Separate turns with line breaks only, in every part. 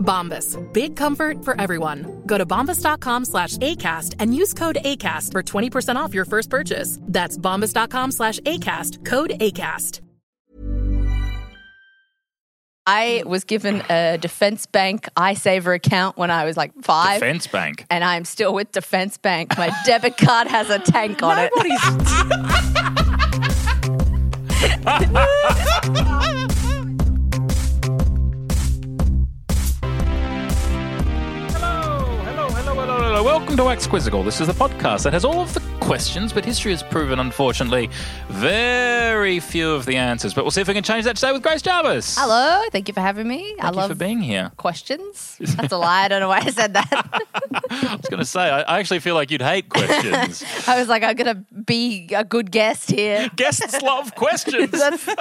Bombas. Big comfort for everyone. Go to bombas.com slash ACAST and use code ACAST for 20% off your first purchase. That's bombas.com slash ACAST. Code ACAST.
I was given a Defense Bank iSaver account when I was like five.
Defense Bank.
And I'm still with Defense Bank. My debit card has a tank on it.
Hello, welcome to Waxquizzical. This is the podcast that has all of the questions, but history has proven, unfortunately, very few of the answers. But we'll see if we can change that today with Grace Jarvis.
Hello, thank you for having me.
Thank
I
you
love
for being here.
questions. That's a lie. I don't know why I said that.
I was going to say, I, I actually feel like you'd hate questions.
I was like, I'm gonna be a good guest here.
Guests love questions.
That's-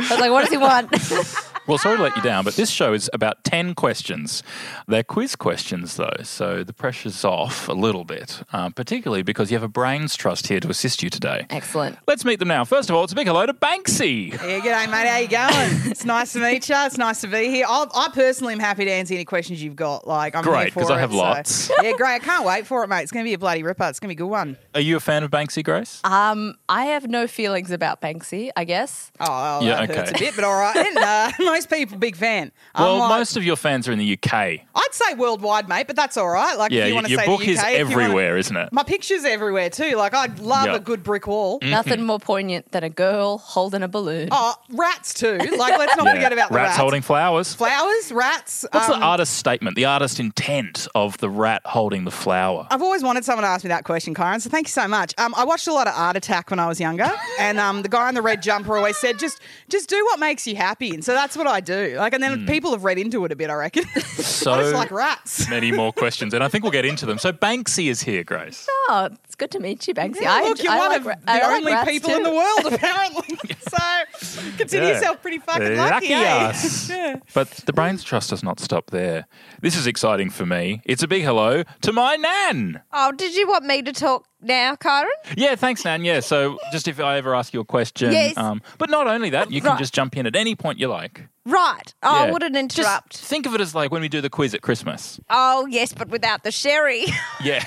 I was like, what does he want?
Well, sorry to let you down, but this show is about 10 questions. They're quiz questions, though, so the pressure's off a little bit, uh, particularly because you have a brains trust here to assist you today.
Excellent.
Let's meet them now. First of all, it's a big hello to Banksy.
Yeah, g'day, mate. How you going? It's nice to meet you. It's nice to be here. I'll, I personally am happy to answer any questions you've got. Like, I'm
Great,
here for
'cause
it,
I have
so-
lots.
Yeah, great. I can't wait for it, mate. It's going to be a bloody ripper. It's going to be a good one.
Are you a fan of Banksy, Grace?
Uh,
Um, I have no feelings about Banksy. I guess.
Oh, well,
Yeah,
that hurts
okay.
a bit, but all right. And, uh, most people, big fan. I'm
well,
like-
most of your fans are in the UK.
I'd say worldwide, mate, but that's all right. Like,
Yeah,
if you
y-
want to
your
say
book
the UK,
is
if you wanna-
everywhere, isn't it?
My picture's everywhere too. Like, I'd love
Yeah.
a good brick wall.
Nothing more poignant than a girl holding a balloon.
Oh, rats too. Like, let's not
Yeah.
forget about the
rats
rats.
holding flowers.
flowers, rats.
What's
um,
the artist's statement, the artist intent of the rat holding the flower?
I've always wanted someone to ask me that question, Kyron. So thank you so much. Um, I watched a lot of Art Attack when I was younger, and um, the guy in the red jumper always said, "Just, just do what makes you happy." And so that's what I do. Like, and then people have read into it a bit, I reckon.
Hmm. So
I just like rats.
many more questions, and I think we'll get into them. So Banksy is here, Grace.
Oh, it's good to meet you, Banksy.
Yeah,
I,
look, you're
I
one
like
of
ra- I
the
like
only
rats
people in
too.
the world, apparently. so consider
Yeah.
yourself pretty fucking lucky. eh?
us. But the Brains Trust does not stop there. This is exciting for me. It's a big hello to my Nan.
Oh, did you want me to talk now, Karen?
Yeah, thanks, Nan. Yeah, so just if I ever ask you a question. um,
Yes.
but not only that, you can
Right.
just jump in at any point you like.
Right. Oh, I
Yeah.
wouldn't
Just
interrupt.
think of it as like when we do the quiz at Christmas.
Oh, yes, but without the sherry.
Yeah.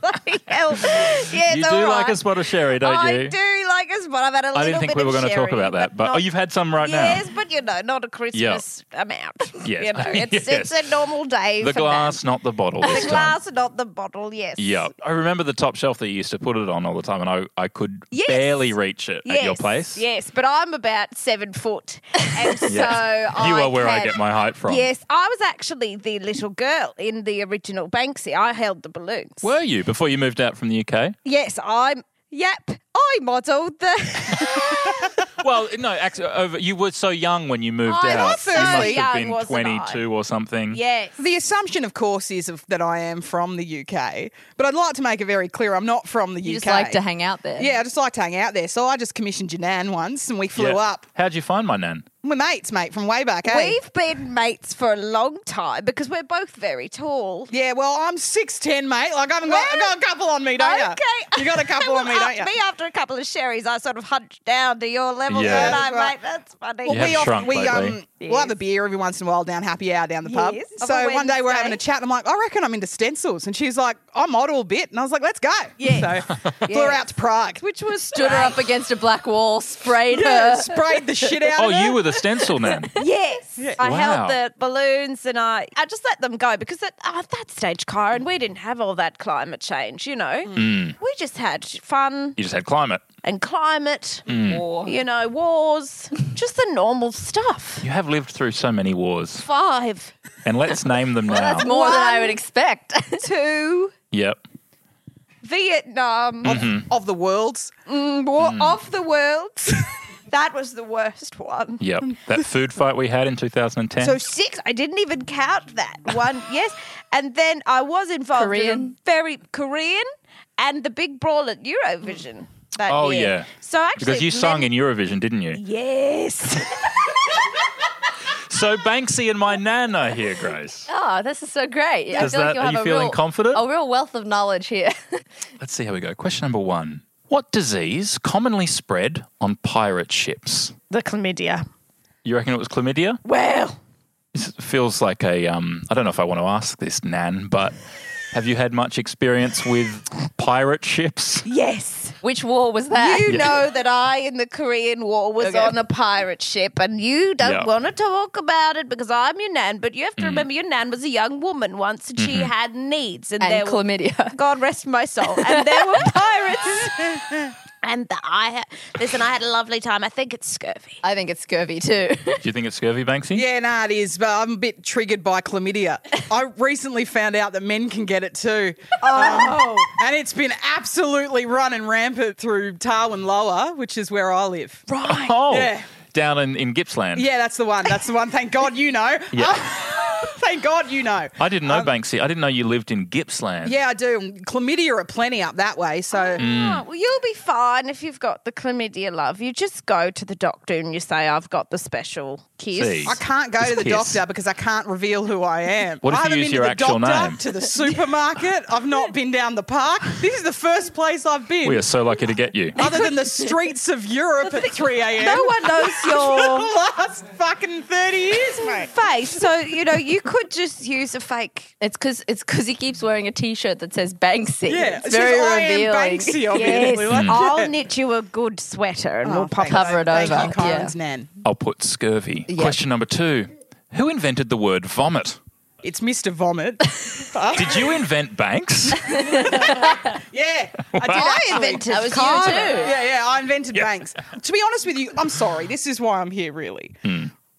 Bloody hell. Yeah,
you
it's
do
all
like
right.
a spot of sherry, don't
I
you?
do like a spot. I've had a little
I didn't think
bit
we were
going
gonna
to
talk about that, but, oh, you've had some right
yes,
now.
but you know, not a Christmas amount.
Yes.
You know, it's,
Yes.
it's a normal day
The
for
glass,
that.
not the bottle. this
The
time.
glass, not the bottle, yes.
Yeah, I remember the top shelf that you used to put it on all the time, and I, I could
Yes.
barely reach it
Yes,
at your place.
Yes, but I'm about seven foot, and so
You
I
are where I
can-
get my height from.
Yes, I was actually the little girl in the original Banksy. I held the balloons.
Were you before you moved out from the UK?
Yes, I'm. Yep, I modelled the.
well, no, actually, over, you were so young when you moved
I
out.
was
you must
so
have
young,
been
wasn't I?
22 or something.
yes.
The assumption, of course, is of, that I am from the UK, but I'd like to make it very clear I'm not from the
You
UK.
just like to hang out there.
Yeah, I just like to hang out there. So I just commissioned Janan once, and we flew
Yeah.
up.
How'd you find my nan?
We're mates, mate, from way back, eh?
We've been mates for a long time because we're both very tall.
Yeah, well, I'm 6'10, mate. Like, I haven't got, I've got a couple on me, don't
okay.
you? You got a couple on me,
Well,
don't you?
after Me after a couple of sherries, I sort of hunched down to your level,
Yeah.
yeah. and
That's
I'm
right.
like, that's funny.
Well,
You have
we often
shrunk
we
lately.
um we'll have a beer every once in a while down happy hour down the pub.
Yes. Of
So
a
one day we're
Wednesday.
having a chat. And I'm like, I reckon I'm into stencils, and she's like, I model a bit, and I was like, let's go.
Yes.
So flew her out to Prague.
which was
Stood her up against a black wall, sprayed
Yeah,
her.
sprayed the shit out.
Oh,
of her.
you were the stencil man.
Yes, I
Wow.
held the balloons and I, I just let them go because at, at that stage, Kyron, we didn't have all that climate change, you know.
Mm.
We just had fun
You just had climate.
and climate, you know, wars, just the normal stuff.
You have lived through so many wars,
Five,
and let's name them now.
That's more than I would expect.
two,
Yep.
Vietnam,
of the worlds.
War of the Worlds. that was the worst one.
Yep. That food fight we had in 2010.
So six, I didn't even count that one. Yes, and then I was involved in
Korean.
a very Korean and the big brawl at Eurovision. That
oh,
year.
yeah.
So actually,
Because you sung
many-
in Eurovision, didn't you?
Yes.
So Banksy and my nan are here, Grace.
Oh, this is so great. I
Does
feel like
that-
you
are
have
you
a
feeling
real,
confident?
A real wealth of knowledge here.
Let's see how we go. Question number one What disease commonly spread on pirate ships?
the chlamydia.
You reckon it was chlamydia?
Well,
This feels like a. Um, I don't know if I want to ask this, Nan, but have you had much experience with pirate ships?
yes.
Which war was that?
You know that I, in the Korean War, was on a pirate ship, and you don't
Yeah. Mm.
want to talk about it because I'm your nan. But you have to remember, your nan was a young woman once, and
Mm-hmm.
she had needs, and, there
and
were
chlamydia.
God rest my soul. And there were pirates. and the, I ha- listen, I had a lovely time. I think it's scurvy.
I think it's scurvy too.
Do you think it's scurvy, Banksy?
Yeah, nah, it is, but I'm a bit triggered by chlamydia. I recently found out that men can get it too. Oh. and it's been absolutely running rampant through Tarwin Lower, which is where I live.
Right. Oh,
Yeah.
down in, in Gippsland.
Yeah, that's the one. That's the one. Thank God you know. Thank God you know.
I didn't know, Banksy. I didn't know you lived in Gippsland.
Um, Yeah, I do. Chlamydia are plenty up that way. So,
Mm.
Oh, well, you'll be fine if you've got the chlamydia, love. You just go to the doctor and you say, I've got the special kiss.
See.
I can't go to the
Kiss.
doctor because I can't reveal who I am.
Mm. What if
I
you
haven't
use
been
your
to the
actual
doctor,
name?
to the supermarket. I've not been down the park. This is the first place I've been.
We are so lucky to get you.
other than the streets of Europe at 3 a.m.
No one knows your
last fucking 30 years, mate.
face. So, you know, you could just use a fake.
it's because it's because he keeps wearing a T-shirt that says Banksy.
Yeah,
it's very
says,
revealing.
I am Banksy,
Yes,
obviously. Like,
I'll knit you a good sweater and we'll pop
Oh, Cover it
Thank
over.
you,
Yeah.
Kyron's nan.
I'll put scurvy. Question number two Who invented the word vomit?
It's Mr. Vomit.
Did you invent banks?
yeah, I did.
I
actually.
invented
That was
Kyra.
you too.
Yeah, yeah, I invented banks. To be honest with you, I'm sorry. This is why I'm here, really.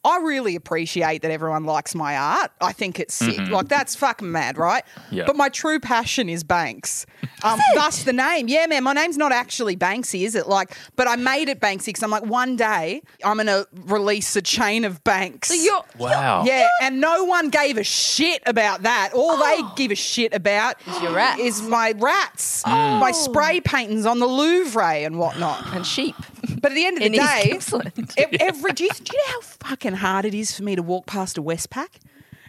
I really appreciate that everyone likes my art. I think it's sick. Like that's fucking mad, right?
Yeah.
But my true passion is Banks. Um, Thus the name. Yeah, man. My name's not actually Banksy, is it? Like, but I made it Banksy because I'm like, one day I'm gonna release a chain of banks.
So you're,
Wow.
yeah, and no one gave a shit about that. All they give a shit about Oh. is
your rats.
is my rats, my spray paintings on the Louvre and whatnot.
and sheep.
But at the end of the
In East
day,
Gippsland.
ev- every do you, do you know how fucking hard it is for me to walk past a Westpac?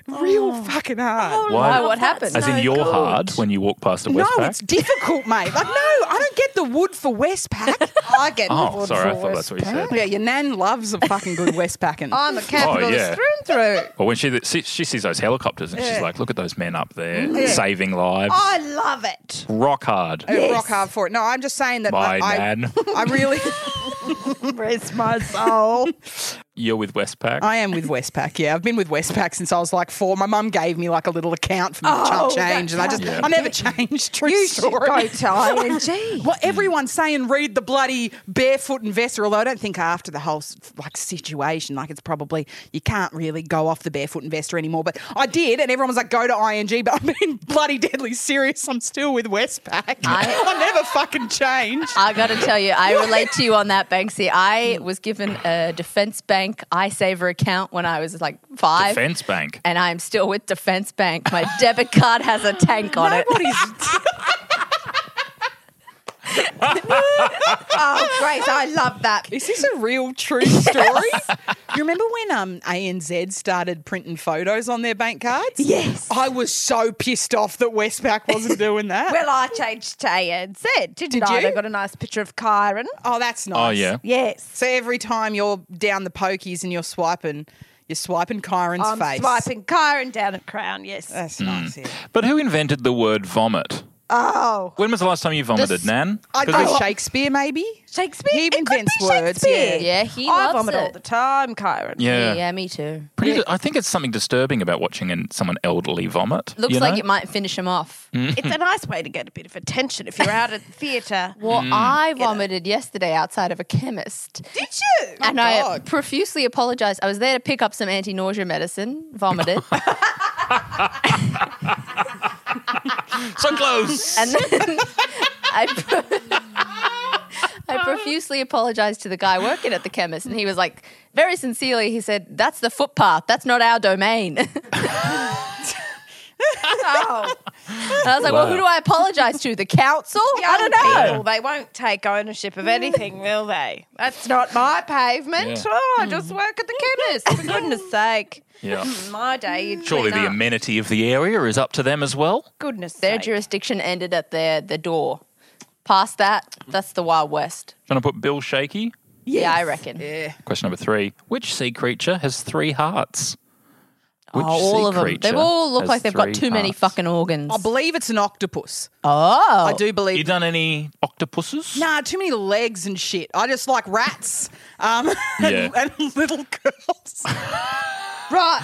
Real fucking hard.
Why?
Wow, what happened?
As in your hard when you walk past a
no,
Westpac?
it's difficult, mate. Like, no, I don't get the wood for Westpac. I get the
oh,
wood
sorry. I
for
thought that's what you said.
Westpac. Yeah, your nan loves a fucking good Westpac. And
I'm a capitalist
Oh, yeah.
through and through.
Well, when she she she sees those helicopters and she's like, "Look at those men up there saving lives,
I love it.
rock hard."
rock hard for it. No, I'm just saying that
My
like, I,
nan,
I really,
Rest my soul.
you're with Westpac.
I am with Westpac. Yeah, I've been with Westpac since I was like four. My mum gave me like a little account for me to
Oh,
chump change, and I just, I never changed. True
You should
story.
go to ING.
Well, everyone's saying read the bloody barefoot investor, although I don't think after the whole like situation, like it's probably you can't really go off the barefoot investor anymore. But I did, and everyone was like, go to ING. But I'm being bloody deadly serious. I'm still with Westpac. I,
I-
never fucking changed.
I got to tell you, I relate to you on that, Banksy. I was given a Defense Bank iSaver account when I was like five.
Defense Bank.
And I'm still with Defense Bank. My debit card has a tank on it.
Nobody's
oh, great. I love that.
Is this a real true story? you remember when um, ANZ started printing photos on their bank cards?
Yes.
I was so pissed off that Westpac wasn't doing that.
Well, I changed to ANZ, didn't
Did
I?
you?
I got a nice picture of Kyron.
oh, that's nice.
Oh, yeah.
Yes.
So every time you're down the pokies and you're swiping, you're swiping Kyron's
I'm
face.
swiping Kyron down at Crown, yes.
That's
Hmm.
nice. Yeah.
But who invented the word vomit?
oh.
When was the last time you vomited,
This-
Nan?
I'd
'Cause
go
it's-
Shakespeare, maybe.
Shakespeare?
He
It could
invents
be
words,
Shakespeare.
yeah.
Yeah, he
I
loves
vomit
it.
all the time, Kyron.
yeah.
Yeah, me too.
Pretty, I think it's something disturbing about watching an, someone elderly vomit.
Looks
you know?
like it might finish him off.
It's a nice way to get a bit of attention if you're out at the theatre.
Mm-hmm.
Well, I vomited yesterday outside of a chemist.
Did you?
and I
Oh, God.
profusely apologized. I was there to pick up some anti nausea medicine, vomited.
so close.
and then I, pro- I profusely apologized to the guy working at the chemist. And he was like, very sincerely, he said, That's the footpath. That's not our domain. and
Oh,
I was like, Well, who do I apologize to? The council? I don't know.
People, they won't take ownership of anything, will they? That's not my pavement.
Yeah.
Oh, I just work at the chemist. For goodness sake. Hmm,
yeah.
My day. you'd
Surely
clean
the
up.
amenity of the area is up to them as well.
Goodness
Their
sake.
jurisdiction ended at their, the door. Past that, that's the Wild West.
Trying to put Bill Shaky.
Yeah, I reckon.
Question number three: Which sea creature has three hearts? Which
Oh, all
sea
of them. They
creature
all look
has
like they've
three
got too many
hearts?
fucking organs.
I believe it's an octopus.
oh,
I do believe.
You done any octopuses?
Nah, too many legs and shit. I just like rats um,
Yeah.
and, and little girls.
right.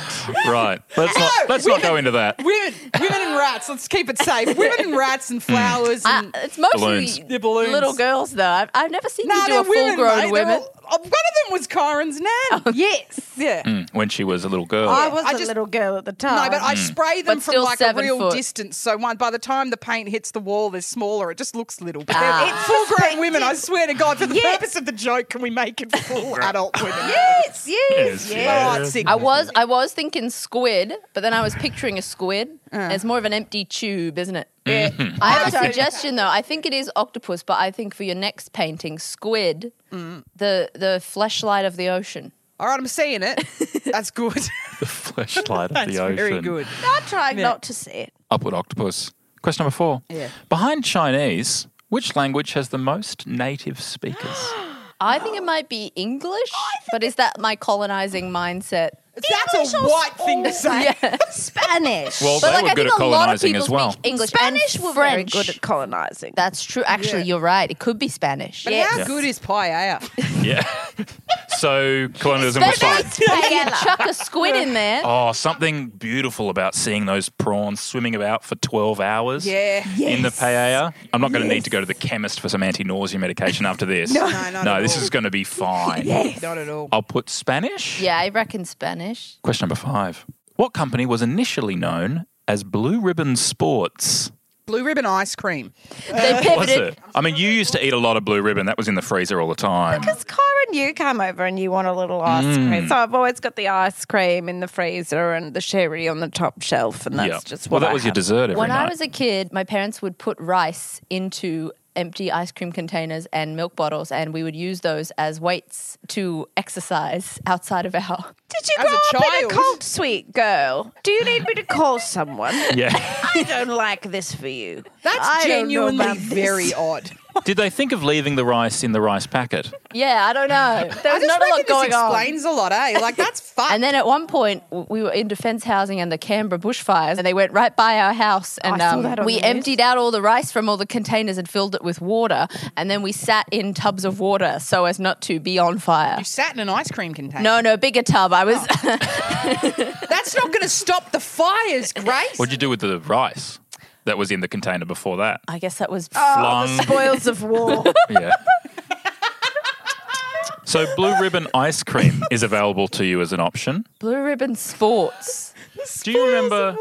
Right. Let's not.
No,
let's
we
not go
haven't-
into that.
women, women and rats. Let's keep it safe. Women and rats and flowers
Uh,
and
it's mostly
Balloons.
Yeah, balloons.
little girls, though. I've, I've never seen you do
they're
a full-grown
mate. They're
women. Oh,
all- oh, one of them was Kyron's nan.
Yes.
Yeah.
Hmm. When she was a little girl.
I was
I
a
just-
little girl at the time.
No, but I spray them
But
from
still
like a
seven
real
foot.
distance. So one by the time the paint hits the wall, they're smaller. It just looks little. But
Ah.
they're
It's
full-grown women. I
perspective.
swear to God, for the
Yes.
purpose of the joke, can we make it full adult women?
Yes, yes,
Yes,
yes.
All right, sick.
I was, I was thinking squid, but then I was picturing a squid.
Uh.
And it's more of an empty tube, isn't it? I have a suggestion, though. I think it is octopus, but I think for your next painting, squid,
Mm.
the the fleshlight of the ocean.
All right, I'm seeing it. That's good.
the flashlight of
That's
the ocean.
very good.
I'm trying not to see it.
Upward octopus. Question number four.
Yeah.
Behind Chinese, which language has the most native speakers?
I think it might be English,
Oh,
but is that my colonizing mindset?
That's a white thing to say.
Yeah.
Spanish.
Well,
But
they
like,
were
I
good
think
at
a lot of
colonizing
people
as well.
speak English
Spanish
and
were
French.
very good at colonizing.
That's true. Actually, you're right. It could be Spanish.
But how good is eh? paella?
Yeah. so colonialism was fine.
Hey, you chuck a squid in there.
Oh, something beautiful about seeing those prawns swimming about for 12 hours
Yeah.
in the paella. I'm not going to need to go to the chemist for some anti nausea medication after this. no,
not
no
at
this
all.
is going to be fine.
Not at all.
I'll put Spanish.
Yeah, I reckon Spanish.
Question number five What company was initially known as Blue Ribbon Sports?
Blue ribbon ice cream.
Uh,
They
Was
pivoted.
it? I mean, you used to eat a lot of Blue Ribbon. That was in the freezer all the time.
Because Kyron, you come over and you want a little ice cream. So I've always got the ice cream in the freezer and the sherry on the top shelf, and that's
Yeah.
just what
well, that
I
was your
have.
dessert every
When
night.
I was a kid, my parents would put rice into empty ice cream containers and milk bottles, and we would use those as weights to exercise outside of our.
Did you
As
grow
a
up in a
child.
cult, sweet girl? Do you need me to call someone?
yeah.
I don't like this for you.
That's
I don't know
genuinely
about this.
very odd.
Did they think of leaving the rice in the rice packet?
Yeah, I don't know. There
I
was
just
not a
reckon
lot going
this
on.
explains a lot, eh? Like that's fun.
And then at one point, w- we were in defence housing and the Canberra bushfires, and they went right by our house. And um,
I saw that on the
we
news.
emptied out all the rice from all the containers and filled it with water. And then we sat in tubs of water so as not to be on fire.
you sat in an ice cream container.
No, no, bigger tub. I was.
that's not going to stop the fires, Grace.
What'd you do with the rice that was in the container before that?
I guess that was.
Flung.
Spoils of war.
Yeah. So blue ribbon ice cream is available to you as an option.
Blue Ribbon Sports.
Do you remember?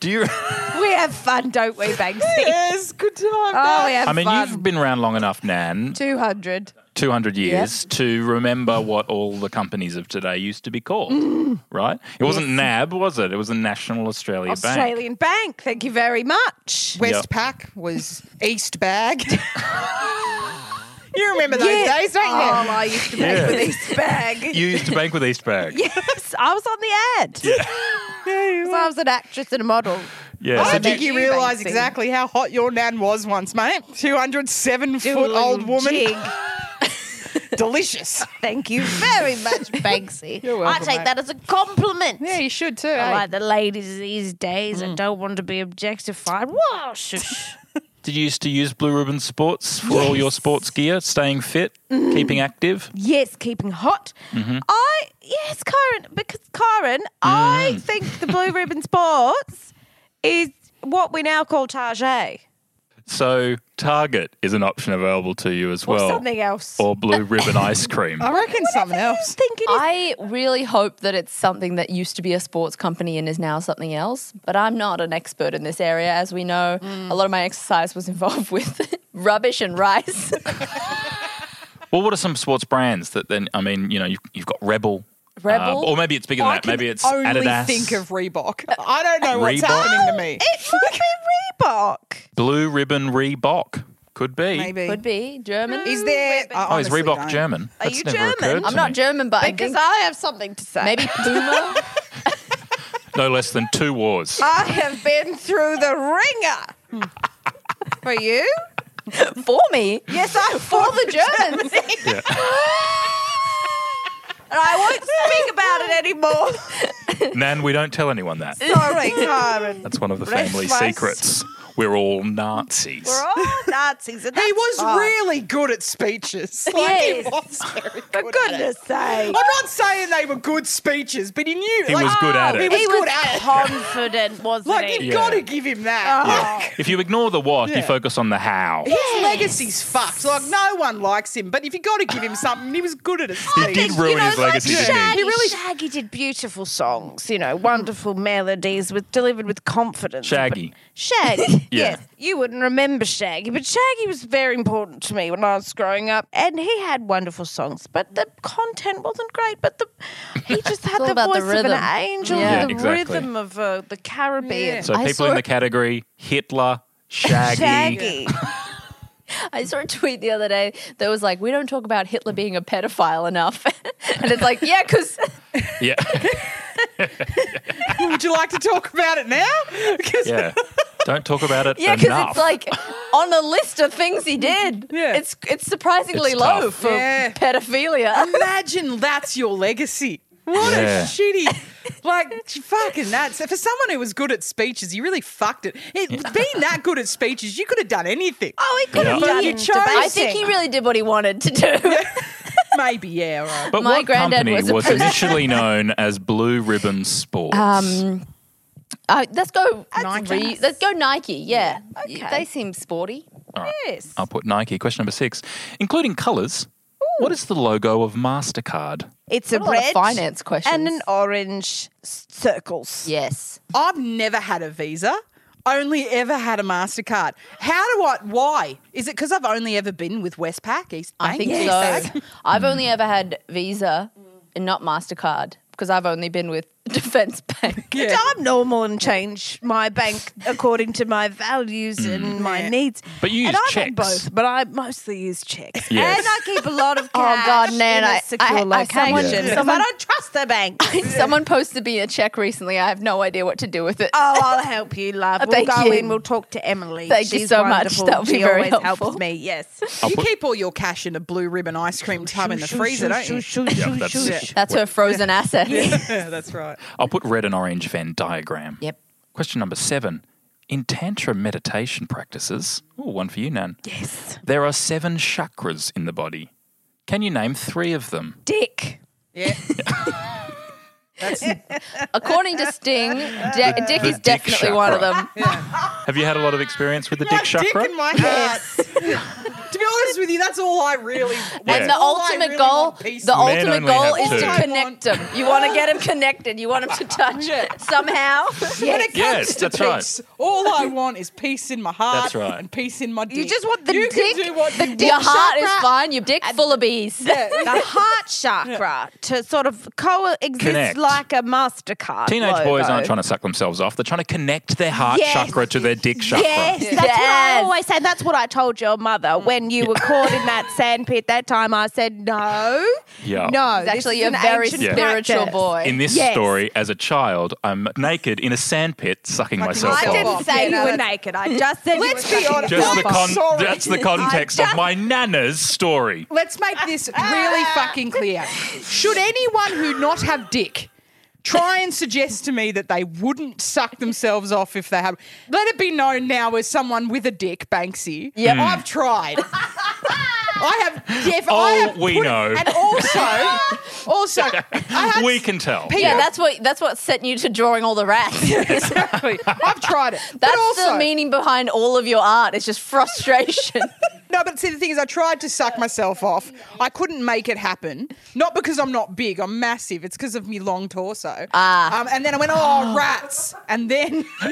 Do you?
we have fun, don't we, Banksy?
yes, good time.
Oh, we have
I mean,
fun.
you've been around long enough, Nan.
200.
200 years to remember what all the companies of today used to be called,
Mm.
right? It wasn't NAB, was it? It was the National Australia Bank.
Australian Bank. Thank you very much.
West
Yep.
Pack was East Bag. you remember those days, don't you?
Oh, I used to bank
Yeah.
with East Bag.
You used to bank with East Bank.
yes, I was on the ad. So I was an actress and a model.
Yeah,
I
so
don't
do
think
you-
you realise
Banksy.
exactly how hot your nan was once, mate. 207
Do a
foot old
little
woman.
jig.
Delicious.
Thank you very much, Banksy.
You're welcome,
I take
mate.
that as a compliment.
Yeah, you should too.
I
eh?
like the ladies these days. I don't want to be objectified. Whoa, shush.
Did you used to use Blue Ribbon Sports for all your sports gear, staying fit,
Mm.
keeping active?
yes, keeping hot. I yes, Karen, because Karen, I think the Blue Ribbon Sports is what we now call Target
So Target is an option available to you as
or
well.
something else.
Or Blue Ribbon ice cream.
I reckon something
I
else.
think it is.
I really hope that it's something that used to be a sports company and is now something else. But I'm not an expert in this area. As we know,
Mm.
a lot of my exercise was involved with rubbish and rice.
Well, what are some sports brands that then? I mean, you know, you've, you've got Rebel, uh,
Rebel?
or maybe it's bigger than
I
that.
can
Maybe it's
only
Adidas.
think of Reebok. I don't know what's
Reebok?
happening to me.
it might be Reebok.
Blue Ribbon Reebok. Could be.
Maybe.
Would be German.
Mm.
Is there? I
Oh, is
honestly
Reebok
don't.
German?
Are
That's
you
never occurred
German?
to
I'm not
me.
German, but
Because
I think
I have something to say.
maybe Puma.
No less than two wars.
I have been through the ringer. For you?
For me?
Yes, I for the Germans.
Yeah.
And I won't speak about it anymore.
Nan, we don't tell anyone that.
Sorry, Karen.
That's one of the
Rest
family
my-
secrets. We're all Nazis.
We're all Nazis. And
He
Oh, that's
was
fine.
really good at speeches. Like,
Yes.
he was
For
very good at it.
goodness sake.
I'm not saying they were good speeches, but he knew.
He
like,
was good at
He
it.
was good at it.
confident, wasn't
Like, you've
Yeah.
got to give him
Uh-huh.
that.
If you ignore the what, you
Yeah.
focus on the how.
His legacy's fucked. Like, no one likes him, but if you got to give him something, he was good at it.
He did ruin his legacy,
like
didn't he?
Shaggy, Shaggy did beautiful songs, you know, wonderful melodies with delivered with confidence.
Shaggy.
But Shaggy,
Yeah.
yes. You wouldn't remember Shaggy, but Shaggy was very important to me when I was growing up, and he had wonderful songs, but the content wasn't great. But the he just had
all
the
about
voice
the
of
rhythm.
an angel,
Yeah.
Yeah,
the
exactly.
rhythm of uh, the Caribbean.
So
I
people
saw-
in the category Hitler, Shaggy.
Shaggy.
I saw a tweet the other day that was like, we don't talk about Hitler being a pedophile enough. and it's like, yeah, because
Yeah,
Would you like to talk about it now? 'Cause-
yeah. Don't talk about it
yeah, because
enough.
it's like on a list of things he did.
Yeah.
It's it's surprisingly
It's
low
tough.
for
Yeah.
pedophilia.
Imagine that's your legacy. What
Yeah.
a shitty. Like fucking that. So For someone who was good at speeches, you really fucked it. it being that good at speeches, you could have done anything.
Oh, he could
Yeah.
have
But
done
you
it.
chose
I think he really did what he wanted to do.
Maybe, yeah. All right.
but
my
what
granddad
company
was
was,
a person-
initially known as Blue Ribbon Sports?
Um, Uh, let's go
Nike.
Nike. Let's go Nike. Yeah,
okay.
they seem sporty.
Yes.
I'll put Nike. Question number six, including colours. What is the logo of Mastercard?
It's a
What are the
red
finance questions?
and an orange s- circles.
yes.
I've never had a Visa. Only ever had a Mastercard. How do I? Why is it? Because I've only ever been with Westpac. East
I
Bank,
think
East Bank.
so. I've only ever had Visa and not Mastercard because I've only been with Defense Bank.
Yeah.
I'm normal and change my bank according to my values and my needs.
But you
and
use
I'm
checks.
on both, but I mostly use checks.
Yes.
And I keep a lot of
Oh,
cash
God, Nan,
in a
I-
secure
I- I-
location.
someone-
because
someone-
I don't trust the bank.
Someone posted me a check recently. I have no idea what to do with it.
Oh, I'll help you, love. We'll
Thank
go
you.
in. We'll talk to Emily.
Thank you
She's
so much.
wonderful.
That'll be
she always
very helpful.
helps me. Yes.
You keep all your cash in a blue ribbon ice cream tub in the freezer, don't you?
Yeah, that's,
That's her frozen asset.
Yeah, that's right.
I'll put red and orange Venn diagram.
Yep.
Question number seven. In Tantra meditation practices, oh, one for you, Nan. Yes. There are seven chakras in the body. Can you name three of them?
Dick.
According to Sting, De- Dick
The
is
dick
definitely one of
chakra.
them.
Have you had a lot of experience with the dick
Dick
chakra?
in my heart. to be honest with you, that's all I really.
And the
all I
ultimate
really
goal,
want peace
the
for.
Men
ultimate
only
goal
have
is
two.
to
I
connect
want-
them. You want to get them connected. You want them to touch somehow.
When it comes
Yes,
to
that's
peace,
right.
all I want is peace in my heart
That's right.
and peace in my dick.
You just want the
You
dick,
Can do what
the
you
dick
Your heart is
chakra
fine. Your dick full of bees.
the heart chakra to sort of coexist
Connect.
like a Mastercard.
Teenage boys
logo.
aren't trying to suck themselves off. They're trying to connect their heart
Yes.
chakra to their dick chakra.
Yes, that's what I
Yes.
always say. That's what I told your mother when you were caught in that sandpit that time. I said, no,
Yeah.
no.
He's actually
this
a
is an
very
ancient
spiritual
practice."
boy.
In this
Yes.
story, as a child, I'm naked in a sandpit sucking myself
I
myself
off.
didn't
off.
say
Yeah,
you were
that's-
naked. I just said
Let's
you were
be
sucking
honest.
Just
I'm
the con-
sorry.
that's the context of my nana's story.
Let's make this really fucking clear. Should anyone who not have dick try and suggest to me that they wouldn't suck themselves off if they had let it be known now as someone with a dick, Banksy. Yeah. I've tried. I have def- I
Oh,
have
we
put-
know.
And also also I had
We can tell.
People-
yeah, that's what that's what sent you to drawing all the rats.
exactly. I've tried it. But
That's
also-
the meaning behind all of your art. It's just frustration.
No, but see, the thing is, I tried to suck myself off. I couldn't make it happen. Not because I'm not big, I'm massive. It's because of me long torso. Ah. Um, and then I went, oh, rats. And then,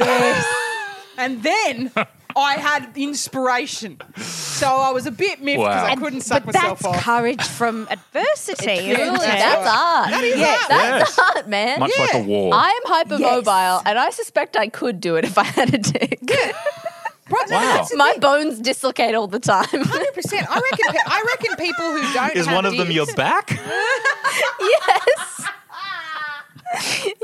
and then I had inspiration. So I was a bit miffed because
Wow.
I
And-
couldn't suck
but
myself
that's
off.
courage from adversity. isn't
It's
Really,
it?
fantastic.
that's art. That is
Yes.
art. That's art, man.
Much like a war.
I am hypermobile,
Yes.
and I suspect I could do it if I had a dick.
wow.
My bones dislocate all the time.
100%. I reckon, pe- I reckon people who don't
Is
have
one of them
dicks-
your back?
yes.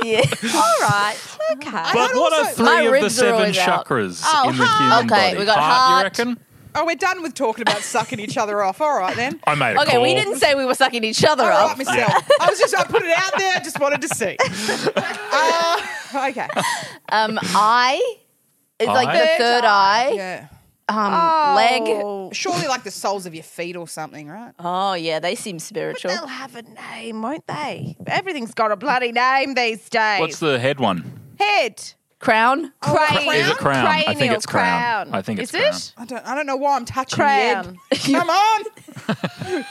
yes. All right.
Okay.
But what are
also-
three
My
of the
ribs are
seven
always out.
chakras
Oh,
in the
heart.
human
Okay,
body?
we got
You
heart.
reckon?
Oh, we're done with talking about sucking each other off. All right, then.
I made a
Okay,
call.
we didn't say we were sucking each other
All
up.
right, myself. I was just, I put it out there. I just wanted to see. Uh, okay.
Um, eye is like
Eye?
the third eye.
Yeah.
Um, leg.
Oh.
Surely, like the soles of your feet or something, right?
Oh yeah, they seem spiritual.
They'll have a name, won't they? Everything's got a bloody name these days.
What's the head one?
head?
Crown.
Oh, Crown.
Is it crown? I think
Cranial
it's crown. I think it's
Is
crown.
it?
I don't. I don't know why I'm touching
Crown.
the head. Come on,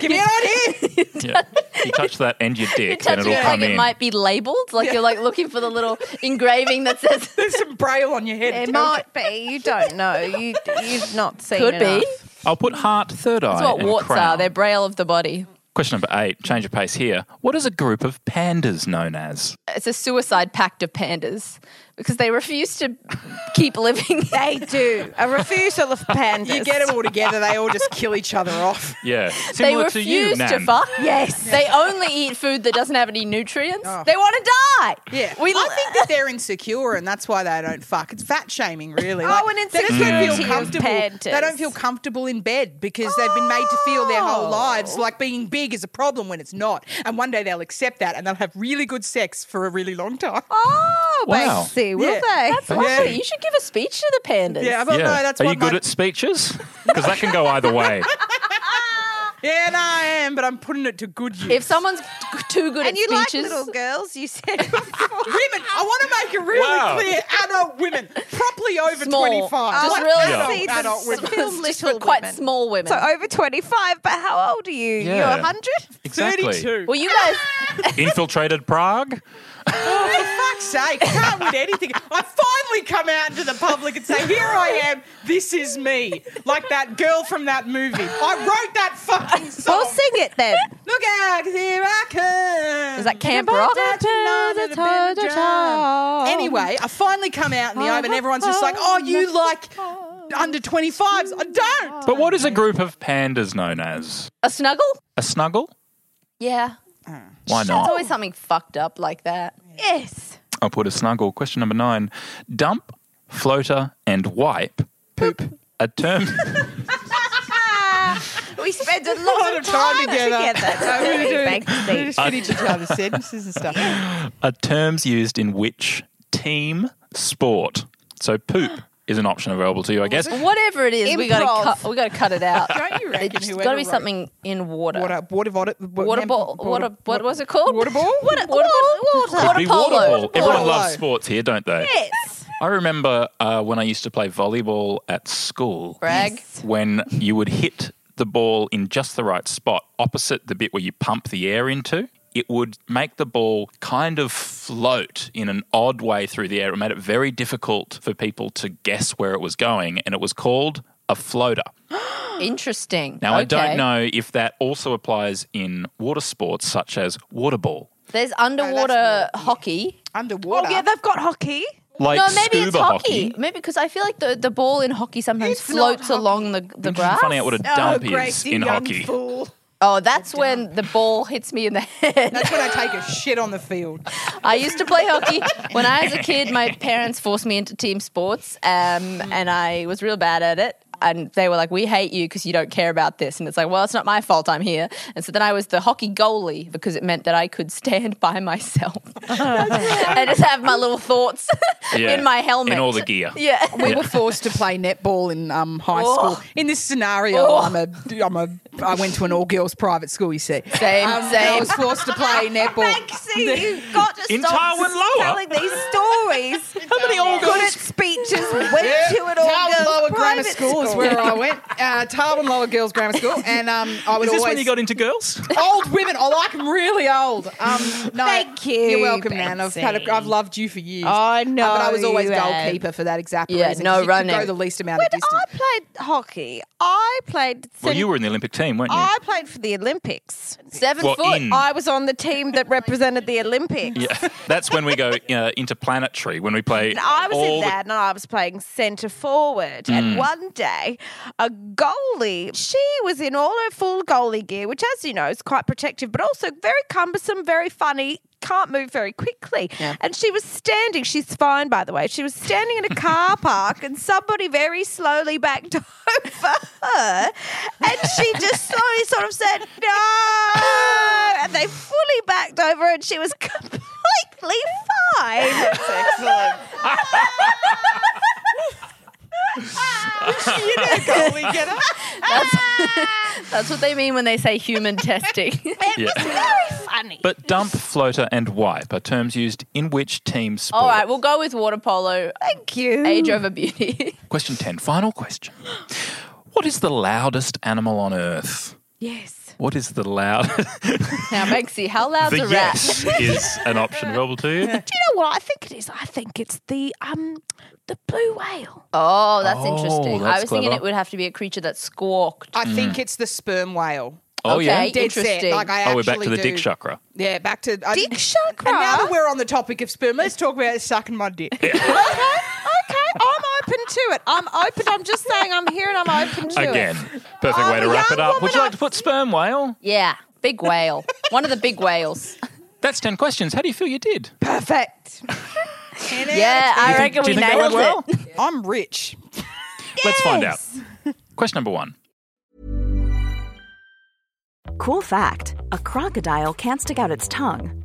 give me an idea.
Yeah. you touch that and your dick, then
Touching
it'll
it
come
like
in.
it might be labeled. Like you're like looking for the little engraving that says
There's some braille on your head.
It
Don't-
might be. You don't know. You, you've not seen
could
enough.
be.
I'll put heart, third eye,
That's what
and
warts
crown.
are. They're braille of the body.
Question number eight. Change of pace here. What is a group of pandas known as?
It's a suicide pact of pandas because they refuse to keep living.
They do. A refusal of pandas.
You get them all together, they all just kill each other off.
Yeah,
they
similar to you,
refuse to
Nan.
fuck. Yes. They only eat food that doesn't have any nutrients.
Oh.
They want to die.
Yeah,
We
I think that they're insecure, and that's why they don't fuck. It's fat shaming, really.
Oh, and
they just don't
insecurity
feel
of
comfortable. They
pandas.
don't feel comfortable in bed because they've been made to feel their whole lives like being big is a problem when it's not. And one day they'll accept that, and they'll have really good sex for a really long time.
Oh,
Wow.
Banksy, will
Yeah.
they?
That's lovely. You should give a speech to the pandas.
Yeah, but
yeah.
no, that's
Are
what
you good
my-
at speeches? Because that can go either way.
Yeah, no, I am, but I'm putting it to good use.
If someone's g- too good
and
at
you
speeches,
like little girls, you said.
women, I want to make it really
Wow.
clear: adult women, properly over
Small.
twenty-five,
Just
Like
really
adult,
see them
adult women.
small. Film
just
little
quite
women.
small women.
so over 25, but how old are you?
Yeah.
You're 100?
Exactly.
Thirty-two.
well, you guys,
Infiltrated Prague.
For fuck's sake, I can't win anything. I finally come out into the public and say, "Here I am. This is me." Like that girl from that movie. I wrote that fucking song.
Well, sing it then.
Look out, 'cause here I come.
Is that Camp Rock?
Anyway,
Oh.
I finally come out in the open. Everyone's just like, "Oh, you like under 25s?" I don't.
But what is a group of pandas known as?
a snuggle?
A snuggle?
Yeah.
Why
It's
not?
always something fucked up like that.
Yes.
I'll put a snuggle. Question number nine. Dump, floater, and wipe. Poop. A term.
We spend a lot of time together.
we do.
Banksy.
We just finish each other's sentences and stuff.
are terms used in which team sport? So poop is an option available to you, I guess.
Whatever it is, we gotta
Improv.
cut. We gotta cut it out.
Don't you reckon
It's
whoever
gotta be
wrote-
something in water.
Water, water, water,
Water ball. Water. What was it called?
Water ball?
Water. Water. Water.
Could be water
polo.
ball. Everyone
Water
loves
polo.
sports here, don't they?
Yes.
I remember uh, when I used to play volleyball at school.
Brag. Yes.
When you would hit the ball in just the right spot, opposite the bit where you pump the air into, it would make the ball kind of float in an odd way through the air. It made it very difficult for people to guess where it was going, and it was called a floater.
Interesting.
Now, I
Okay.
don't know if that also applies in water sports such as water ball.
There's underwater hockey.
Underwater.
Oh, yeah, they've got hockey.
Like
no, maybe
scuba
it's hockey. Maybe because I feel like the, the ball in hockey sometimes floats along the, the grass.
Finding out what a dump is
Gracie,
in
young
hockey.
Fool.
oh, that's when the ball hits me in the head.
That's when I take a shit on the field.
I used to play hockey when I was a kid. My parents forced me into team sports, um, and I was real bad at it. And they were like, "We hate you because you don't care about this." And it's like, "Well, it's not my fault. I'm here." And so then I was the hockey goalie because it meant that I could stand by myself and just have my little thoughts
Yeah,
in my helmet,
In all the gear.
Yeah.
We were forced to play netball in um, high
Oh.
school. In this scenario, I'm a, I'm a, I went to an all girls private school. You see,
Same,
Um, I
same.
was forced to play netball.
Banksy, you've got to
In
stop
Taiwan Lower.
telling these stories. How
many old
good at
girls-
speeches went to an all
Tarwin Lower
girls
Grammar
private
School,
school?
is where I went. Uh, Tarwin Lower Girls Grammar School, and um, I would
Is this
always
when you got into girls?
old women. I like them really old. Um, no,
Thank you,
You're welcome, man. I've had a, I've loved you for years. Uh,
I know
but I was always
you have.
goalkeeper for that exact
Yeah,
reason.
no
'cause you could
running.
Go the least amount
When
of distance.
I played hockey, I played.
well, you
cent-
were in the Olympic team, weren't you?
I played for the Olympics.
Seven
Well,
foot.
in.
I was on the team that represented the Olympics.
yeah. That's when we go uh, interplanetary, when we play.
And I was
all
in
the- Mm.
that, and I was playing centre forward. And one day, a goalie, she was in all her full goalie gear, which, as you know, is quite protective, but also very cumbersome, very funny. Can't move very quickly. And she was standing, she's fine by the way. She was standing in a car park and somebody very slowly backed over her. And she just slowly sort of said, No. And they fully backed over her and she was completely fine.
That's what they mean when they say human testing.
Yeah.
very funny.
But dump, floater, and wipe are terms used in which team sport?
All right, we'll go with water polo.
Thank you.
Age over beauty.
Question 10, final question. What is the loudest animal on earth?
Yes.
What is the loud?
now, Banksy, how loud's
the
a rat?
yes is an option available to you.
Do you know what I think it is? I think it's the um the blue whale.
Oh, that's
Oh,
interesting. I
that's
was thinking it
clever.
would have to be a creature that squawked.
I think it's the sperm whale.
Oh, yeah.
Okay.
Dead
Interesting.
set. Like I
Oh, we're back
actually
to the
do.
dick chakra.
Yeah, back to I-
Dick chakra?
And now that we're on the topic of sperm, let's talk about sucking my dick.
Okay, okay. I'm open to it. I'm open. I'm just saying I'm here and I'm open to
Again,
it.
perfect
I'm
way to
a
wrap
young
it up. Would
woman,
you like
I've-
to put sperm whale?
Yeah, big whale. One of the big whales.
That's 10 questions. How do you feel you did?
Perfect.
Yeah, I reckon
do
we
you think that
nailed
went well?
it.
I'm rich.
Let's find out. Question number one.
Cool fact a crocodile can't stick out its tongue.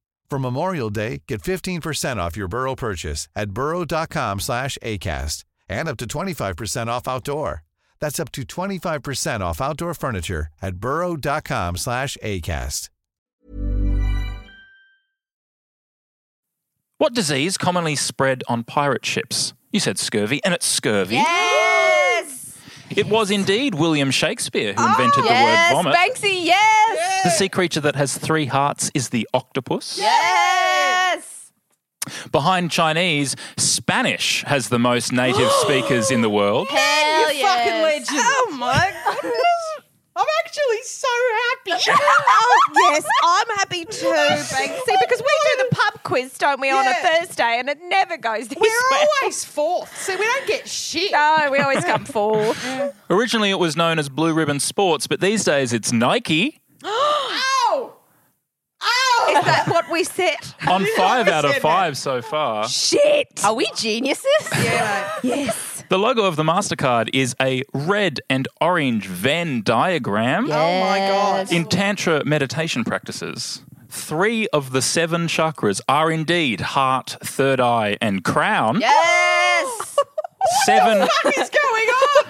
For Memorial Day, get 15% off your Burrow purchase at burrow.com/acast and up to 25% off outdoor. That's up to 25% off outdoor furniture at burrow.com/acast.
What disease commonly spread on pirate ships? You said scurvy, and it's scurvy.
Yes.
It was indeed William Shakespeare who invented
Ah, Yes,
the word vomit.
Banksy, yes.
The sea creature that has three hearts is the octopus.
Yes.
Behind Chinese, Spanish has the most native speakers in the world.
Hell
you
yes.
fucking legend.
Oh my goodness.
I'm actually so happy.
oh yes, I'm happy too, Banksy, because we do the pub quiz, don't we, on
Yeah.
a Thursday, and it never goes this
We're
way.
always fourth, so we don't get shit.
No, we always come fourth.
Originally, it was known as Blue Ribbon Sports, but these days it's Nike.
Ow! Ow!
Is that what we said?
On five out of five so far.
Shit.
Are we geniuses?
Yeah, mate.
Yes.
The logo of the MasterCard is a red and orange Venn diagram.
Oh my god.
In Tantra meditation practices, three of the seven chakras are indeed heart, third eye, and crown.
Yes.
Seven.
What's going on?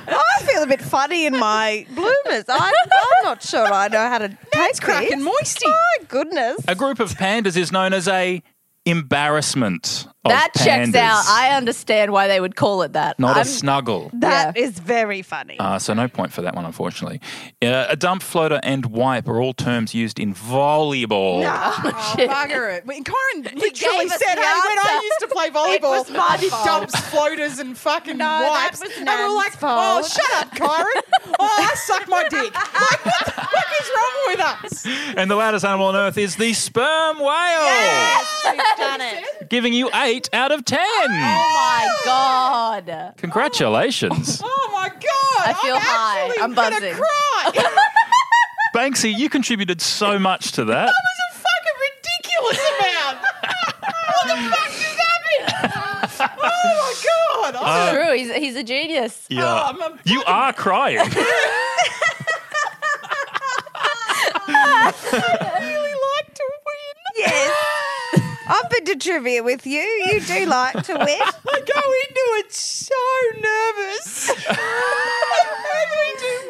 I feel a bit funny in my bloomers. I, I'm not sure I know how to take That's
cracking moisty.
My goodness.
A group of pandas is known as a embarrassment. Of
that checks
Oh, pandas.
out. I understand why they would call it that.
Not
I'm-
a snuggle.
That is very funny.
Uh, so no point for that one, unfortunately. Uh, a dump floater and wipe are all terms used in volleyball.
Oh, bugger it. When Corin literally
gave us
said, hey,
the
when I
answer.
used to play volleyball,
was my
he
fault."
dumps floaters and fucking
No, that
wipes.
was
and we we're
Nan's
like, oh,
fault.
shut up, Kyron. Oh, I suck my dick. Like,
Oh,
what the fuck is wrong with us?
And the loudest animal on earth is the sperm whale, giving you eight out of ten.
My
Ah!
God.
Congratulations.
Oh, my God.
I feel
I'm
high.
actually
I'm
gonna
buzzing.
cry.
Banksy, you contributed so much to that.
It's a fucking ridiculous amount. what the fuck just happened? Oh, my God.
Uh,
I-
It's true. He's, he's a genius.
Yeah.
I'm- I'm
you are crying.
like to win. Yes. I've been to trivia with you. You do like to win.
I go into it so nervous. I do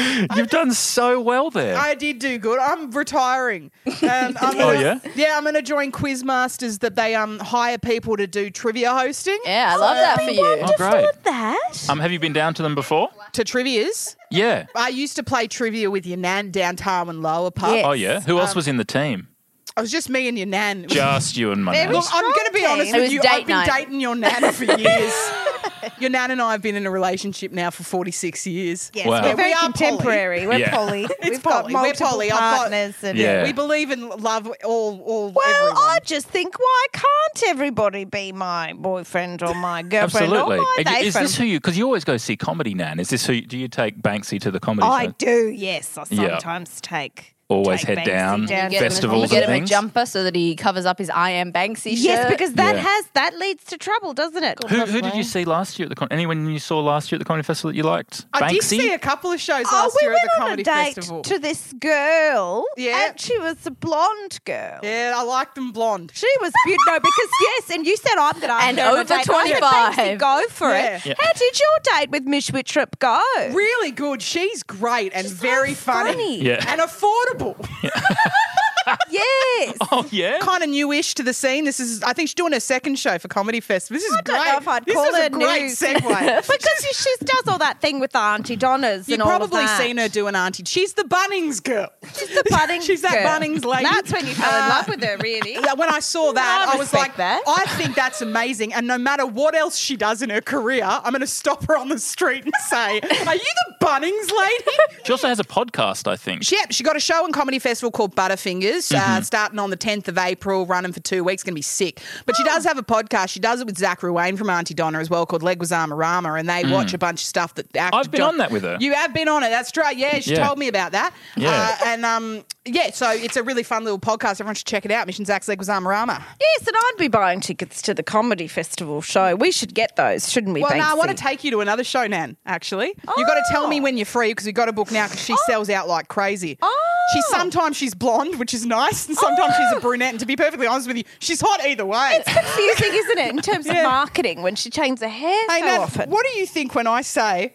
well.
You've done so well there.
I did do good. I'm retiring. Um, I'm gonna,
Oh, yeah?
Yeah, I'm going to join Quizmasters that they um hire people to do trivia hosting.
Yeah, I love that for you.
oh, great.
that?
Um, have you been down to them before?
To trivias.
Yeah.
I used to play trivia with your nan down Tarwin Lower Park.
Yeah.
Oh, yeah. Who else was in the team?
It was just me and your nan. It was-
Just you and my nan.
Look, I'm going to be honest
It
with
was
you.
date
I've been
night.
dating your nan for years. your nan and I have been in a relationship now for 46 years.
Yes,
Wow.
we're very
We are
contemporary. We're
Yeah.
poly. We've
poly.
got
We're
multiple
poly. I've got-
partners. and
Yeah.
We believe in love all all
Well,
everyone.
I just think, why can't everybody be my boyfriend or my girlfriend
Absolutely.
or my
And you- Is
they
this who you? Because you always go see comedy, Nan. Is this who? Do you take Banksy to the comedy
I
show?
do, yes. I
Yeah.
sometimes take.
Always
take
head
Banksy
down,
down
Get him a-
festivals
get
and
him
things.
a jumper so that he covers up his I am Banksy shirt.
Yes, because that
Yeah.
has that leads to trouble, doesn't it?
Who, who did you see last year at the con- anyone you saw last year at the comedy festival that you liked?
I did
Banksy.
see a couple of shows
Oh,
last
we
year at
went
the
on
comedy
a date
festival.
to this girl,
Yeah.
and she was a blonde girl.
Yeah, I like them blonde.
She was beautiful. No, because yes, and you said I'm going to ask
And
her on a
over
date. I said, "Thanks,
25.
you Go for
Yeah.
it.
Yeah.
How did your date with Miss Wittrup go?
Really good. She's great and very funny.
funny.
Yeah.
And affordable.
Yes.
Oh yeah.
kind of newish to the scene. This is I think she's doing her second show for Comedy Fest. This is
I don't
great.
know if I'd
this
call
is
her
a great
new.
segue.
because she, she does all that thing with the Auntie Donnas
You've
and all of
probably
that.
seen her do an auntie. She's the Bunnings girl.
She's the Bunnings
She's that
girl.
Bunnings lady.
That's when you fell
Uh,
in love with her, really.
Yeah, when I saw that,
I
I, was
respect
like,
that.
I think that's amazing. And no matter what else she does in her career, I'm going to stop her on the street and say, Are you the Bunnings lady?
She also has a podcast, I think.
Um, She, yep, she got a show and comedy festival called Butterfingers,
Mm-hmm.
uh, starting on the 10th of April, running for two weeks. Going to be sick. But she does have a podcast. She does it with Zach Ruane from Auntie Donna as well, called Leguizamo Rama, and they watch a bunch of stuff that. Act-
Mm. I've been on that with her.
You have been on it. That's right. Yeah, she
Yeah.
told me about that.
Yeah.
Uh, and um, yeah, so it's a really fun little podcast. Everyone should check it out. Mission Zach's Leguizamo Rama.
Yes, and I'd be buying tickets to the comedy festival show. We should get those, shouldn't we?
Well, no, I want to
Banksy?
take you to another show, Nan, actually. You've got to tell me
Oh.
when you're free because we've got to book now because she sells out like crazy.
Oh.
She sometimes she's blonde, which is nice, and sometimes she's a brunette. And to be perfectly honest with you, she's hot either way.
It's confusing, isn't it, in terms
Yeah.
of marketing when she changes her hair
Hey,
so
Nan,
often?
what do you think when I say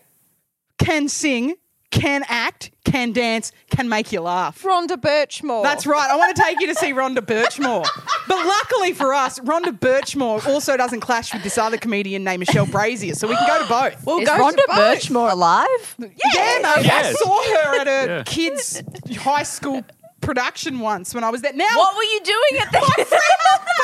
can sing, can act, can dance, can make you laugh?
Rhonda Birchmore.
That's right. I want to take you to see Rhonda Birchmore. But luckily for us, Rhonda Birchmore also doesn't clash with this other comedian named Michelle Brazier, so we can go to both.
We'll
Is
go
Rhonda
to both.
Birchmore alive?
Yeah, mate.
Yes.
I saw her at a
Yeah.
kids' high school production once when I was there. Now,
What were you doing at the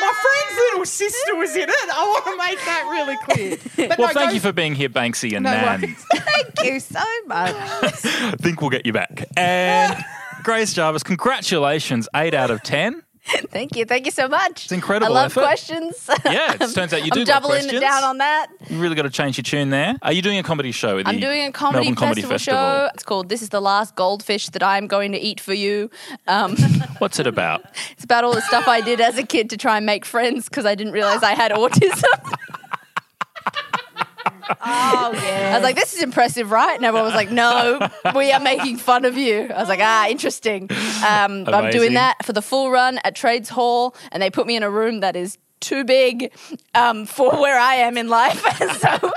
my friend's little sister was in it. I want to make that really clear. But
well,
no,
thank
go-
you for being here, Banksy and
No
Nan.
worries.
Thank you so much.
I think we'll get you back. And Grace Jarvis, congratulations, eight out of ten.
Thank you. Thank you so much. It's
incredible
I love
effort.
questions.
Yeah, it turns out you do
I'm
love
doubling
questions.
down on that.
You really got to change your tune there. Are you doing a comedy show? At the
I'm doing a comedy,
Melbourne Comedy
festival,
Festival
show. It's called This is the Last Goldfish That I Am Going to Eat for You. Um,
What's it about?
it's about all the stuff I did as a kid to try and make friends because I didn't realize I had autism.
Oh, yeah.
I was like, this is impressive, right? And everyone was like, no, we are making fun of you. I was like, ah, interesting. Um, but I'm
Amazing.
doing that for the full run at Trades Hall, and they put me in a room that is too big um, for where I am in life. so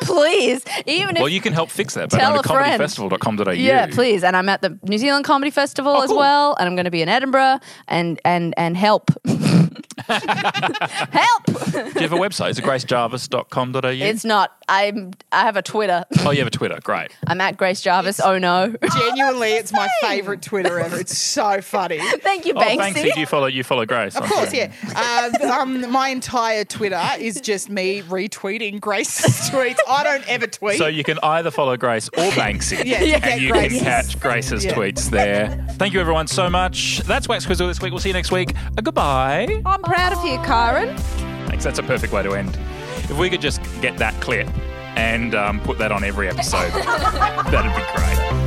please, even if.
Well, you can help fix that by
Tell
going to
a friend.
comedyfestival.com.au.
yeah, please, and I'm at the New Zealand Comedy Festival
Oh,
as well, and I'm going to be in Edinburgh, and and and help, help.
Do you have a website? Is it gracejarvis.com.au?
It's not. I'm. I have a Twitter.
oh, you have a Twitter. Great.
I'm at Grace Jarvis. Oh no.
Genuinely, it's my favourite Twitter ever. It's so funny.
Thank you,
Oh,
Banksy.
Banksy, do you follow, you follow Grace?
Of course, yeah. Uh, um, my entire Twitter is just me retweeting Grace's tweets. I don't ever tweet.
So you can either follow Grace or Banksy,
Yeah, to get
and you
Grace.
can catch Grace's
Yeah.
tweets there. Thank you, everyone, so much. That's Wax Quizzle this week. We'll see you next week. Uh, goodbye.
I'm proud of you, Kyron.
Thanks. That's a perfect way to end. If we could just get that clip and um, put that on every episode, that'd be great.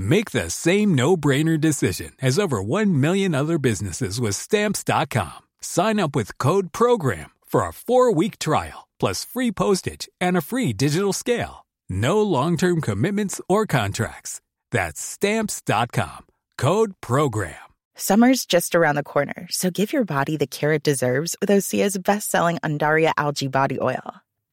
Make the same no brainer decision as over 1 million other businesses with Stamps.com. Sign up with Code Program for a four week trial, plus free postage and a free digital scale. No long term commitments or contracts. That's stamps.com. Code program.
Summer's just around the corner, so give your body the care it deserves with Osea's best-selling Andaria algae body oil.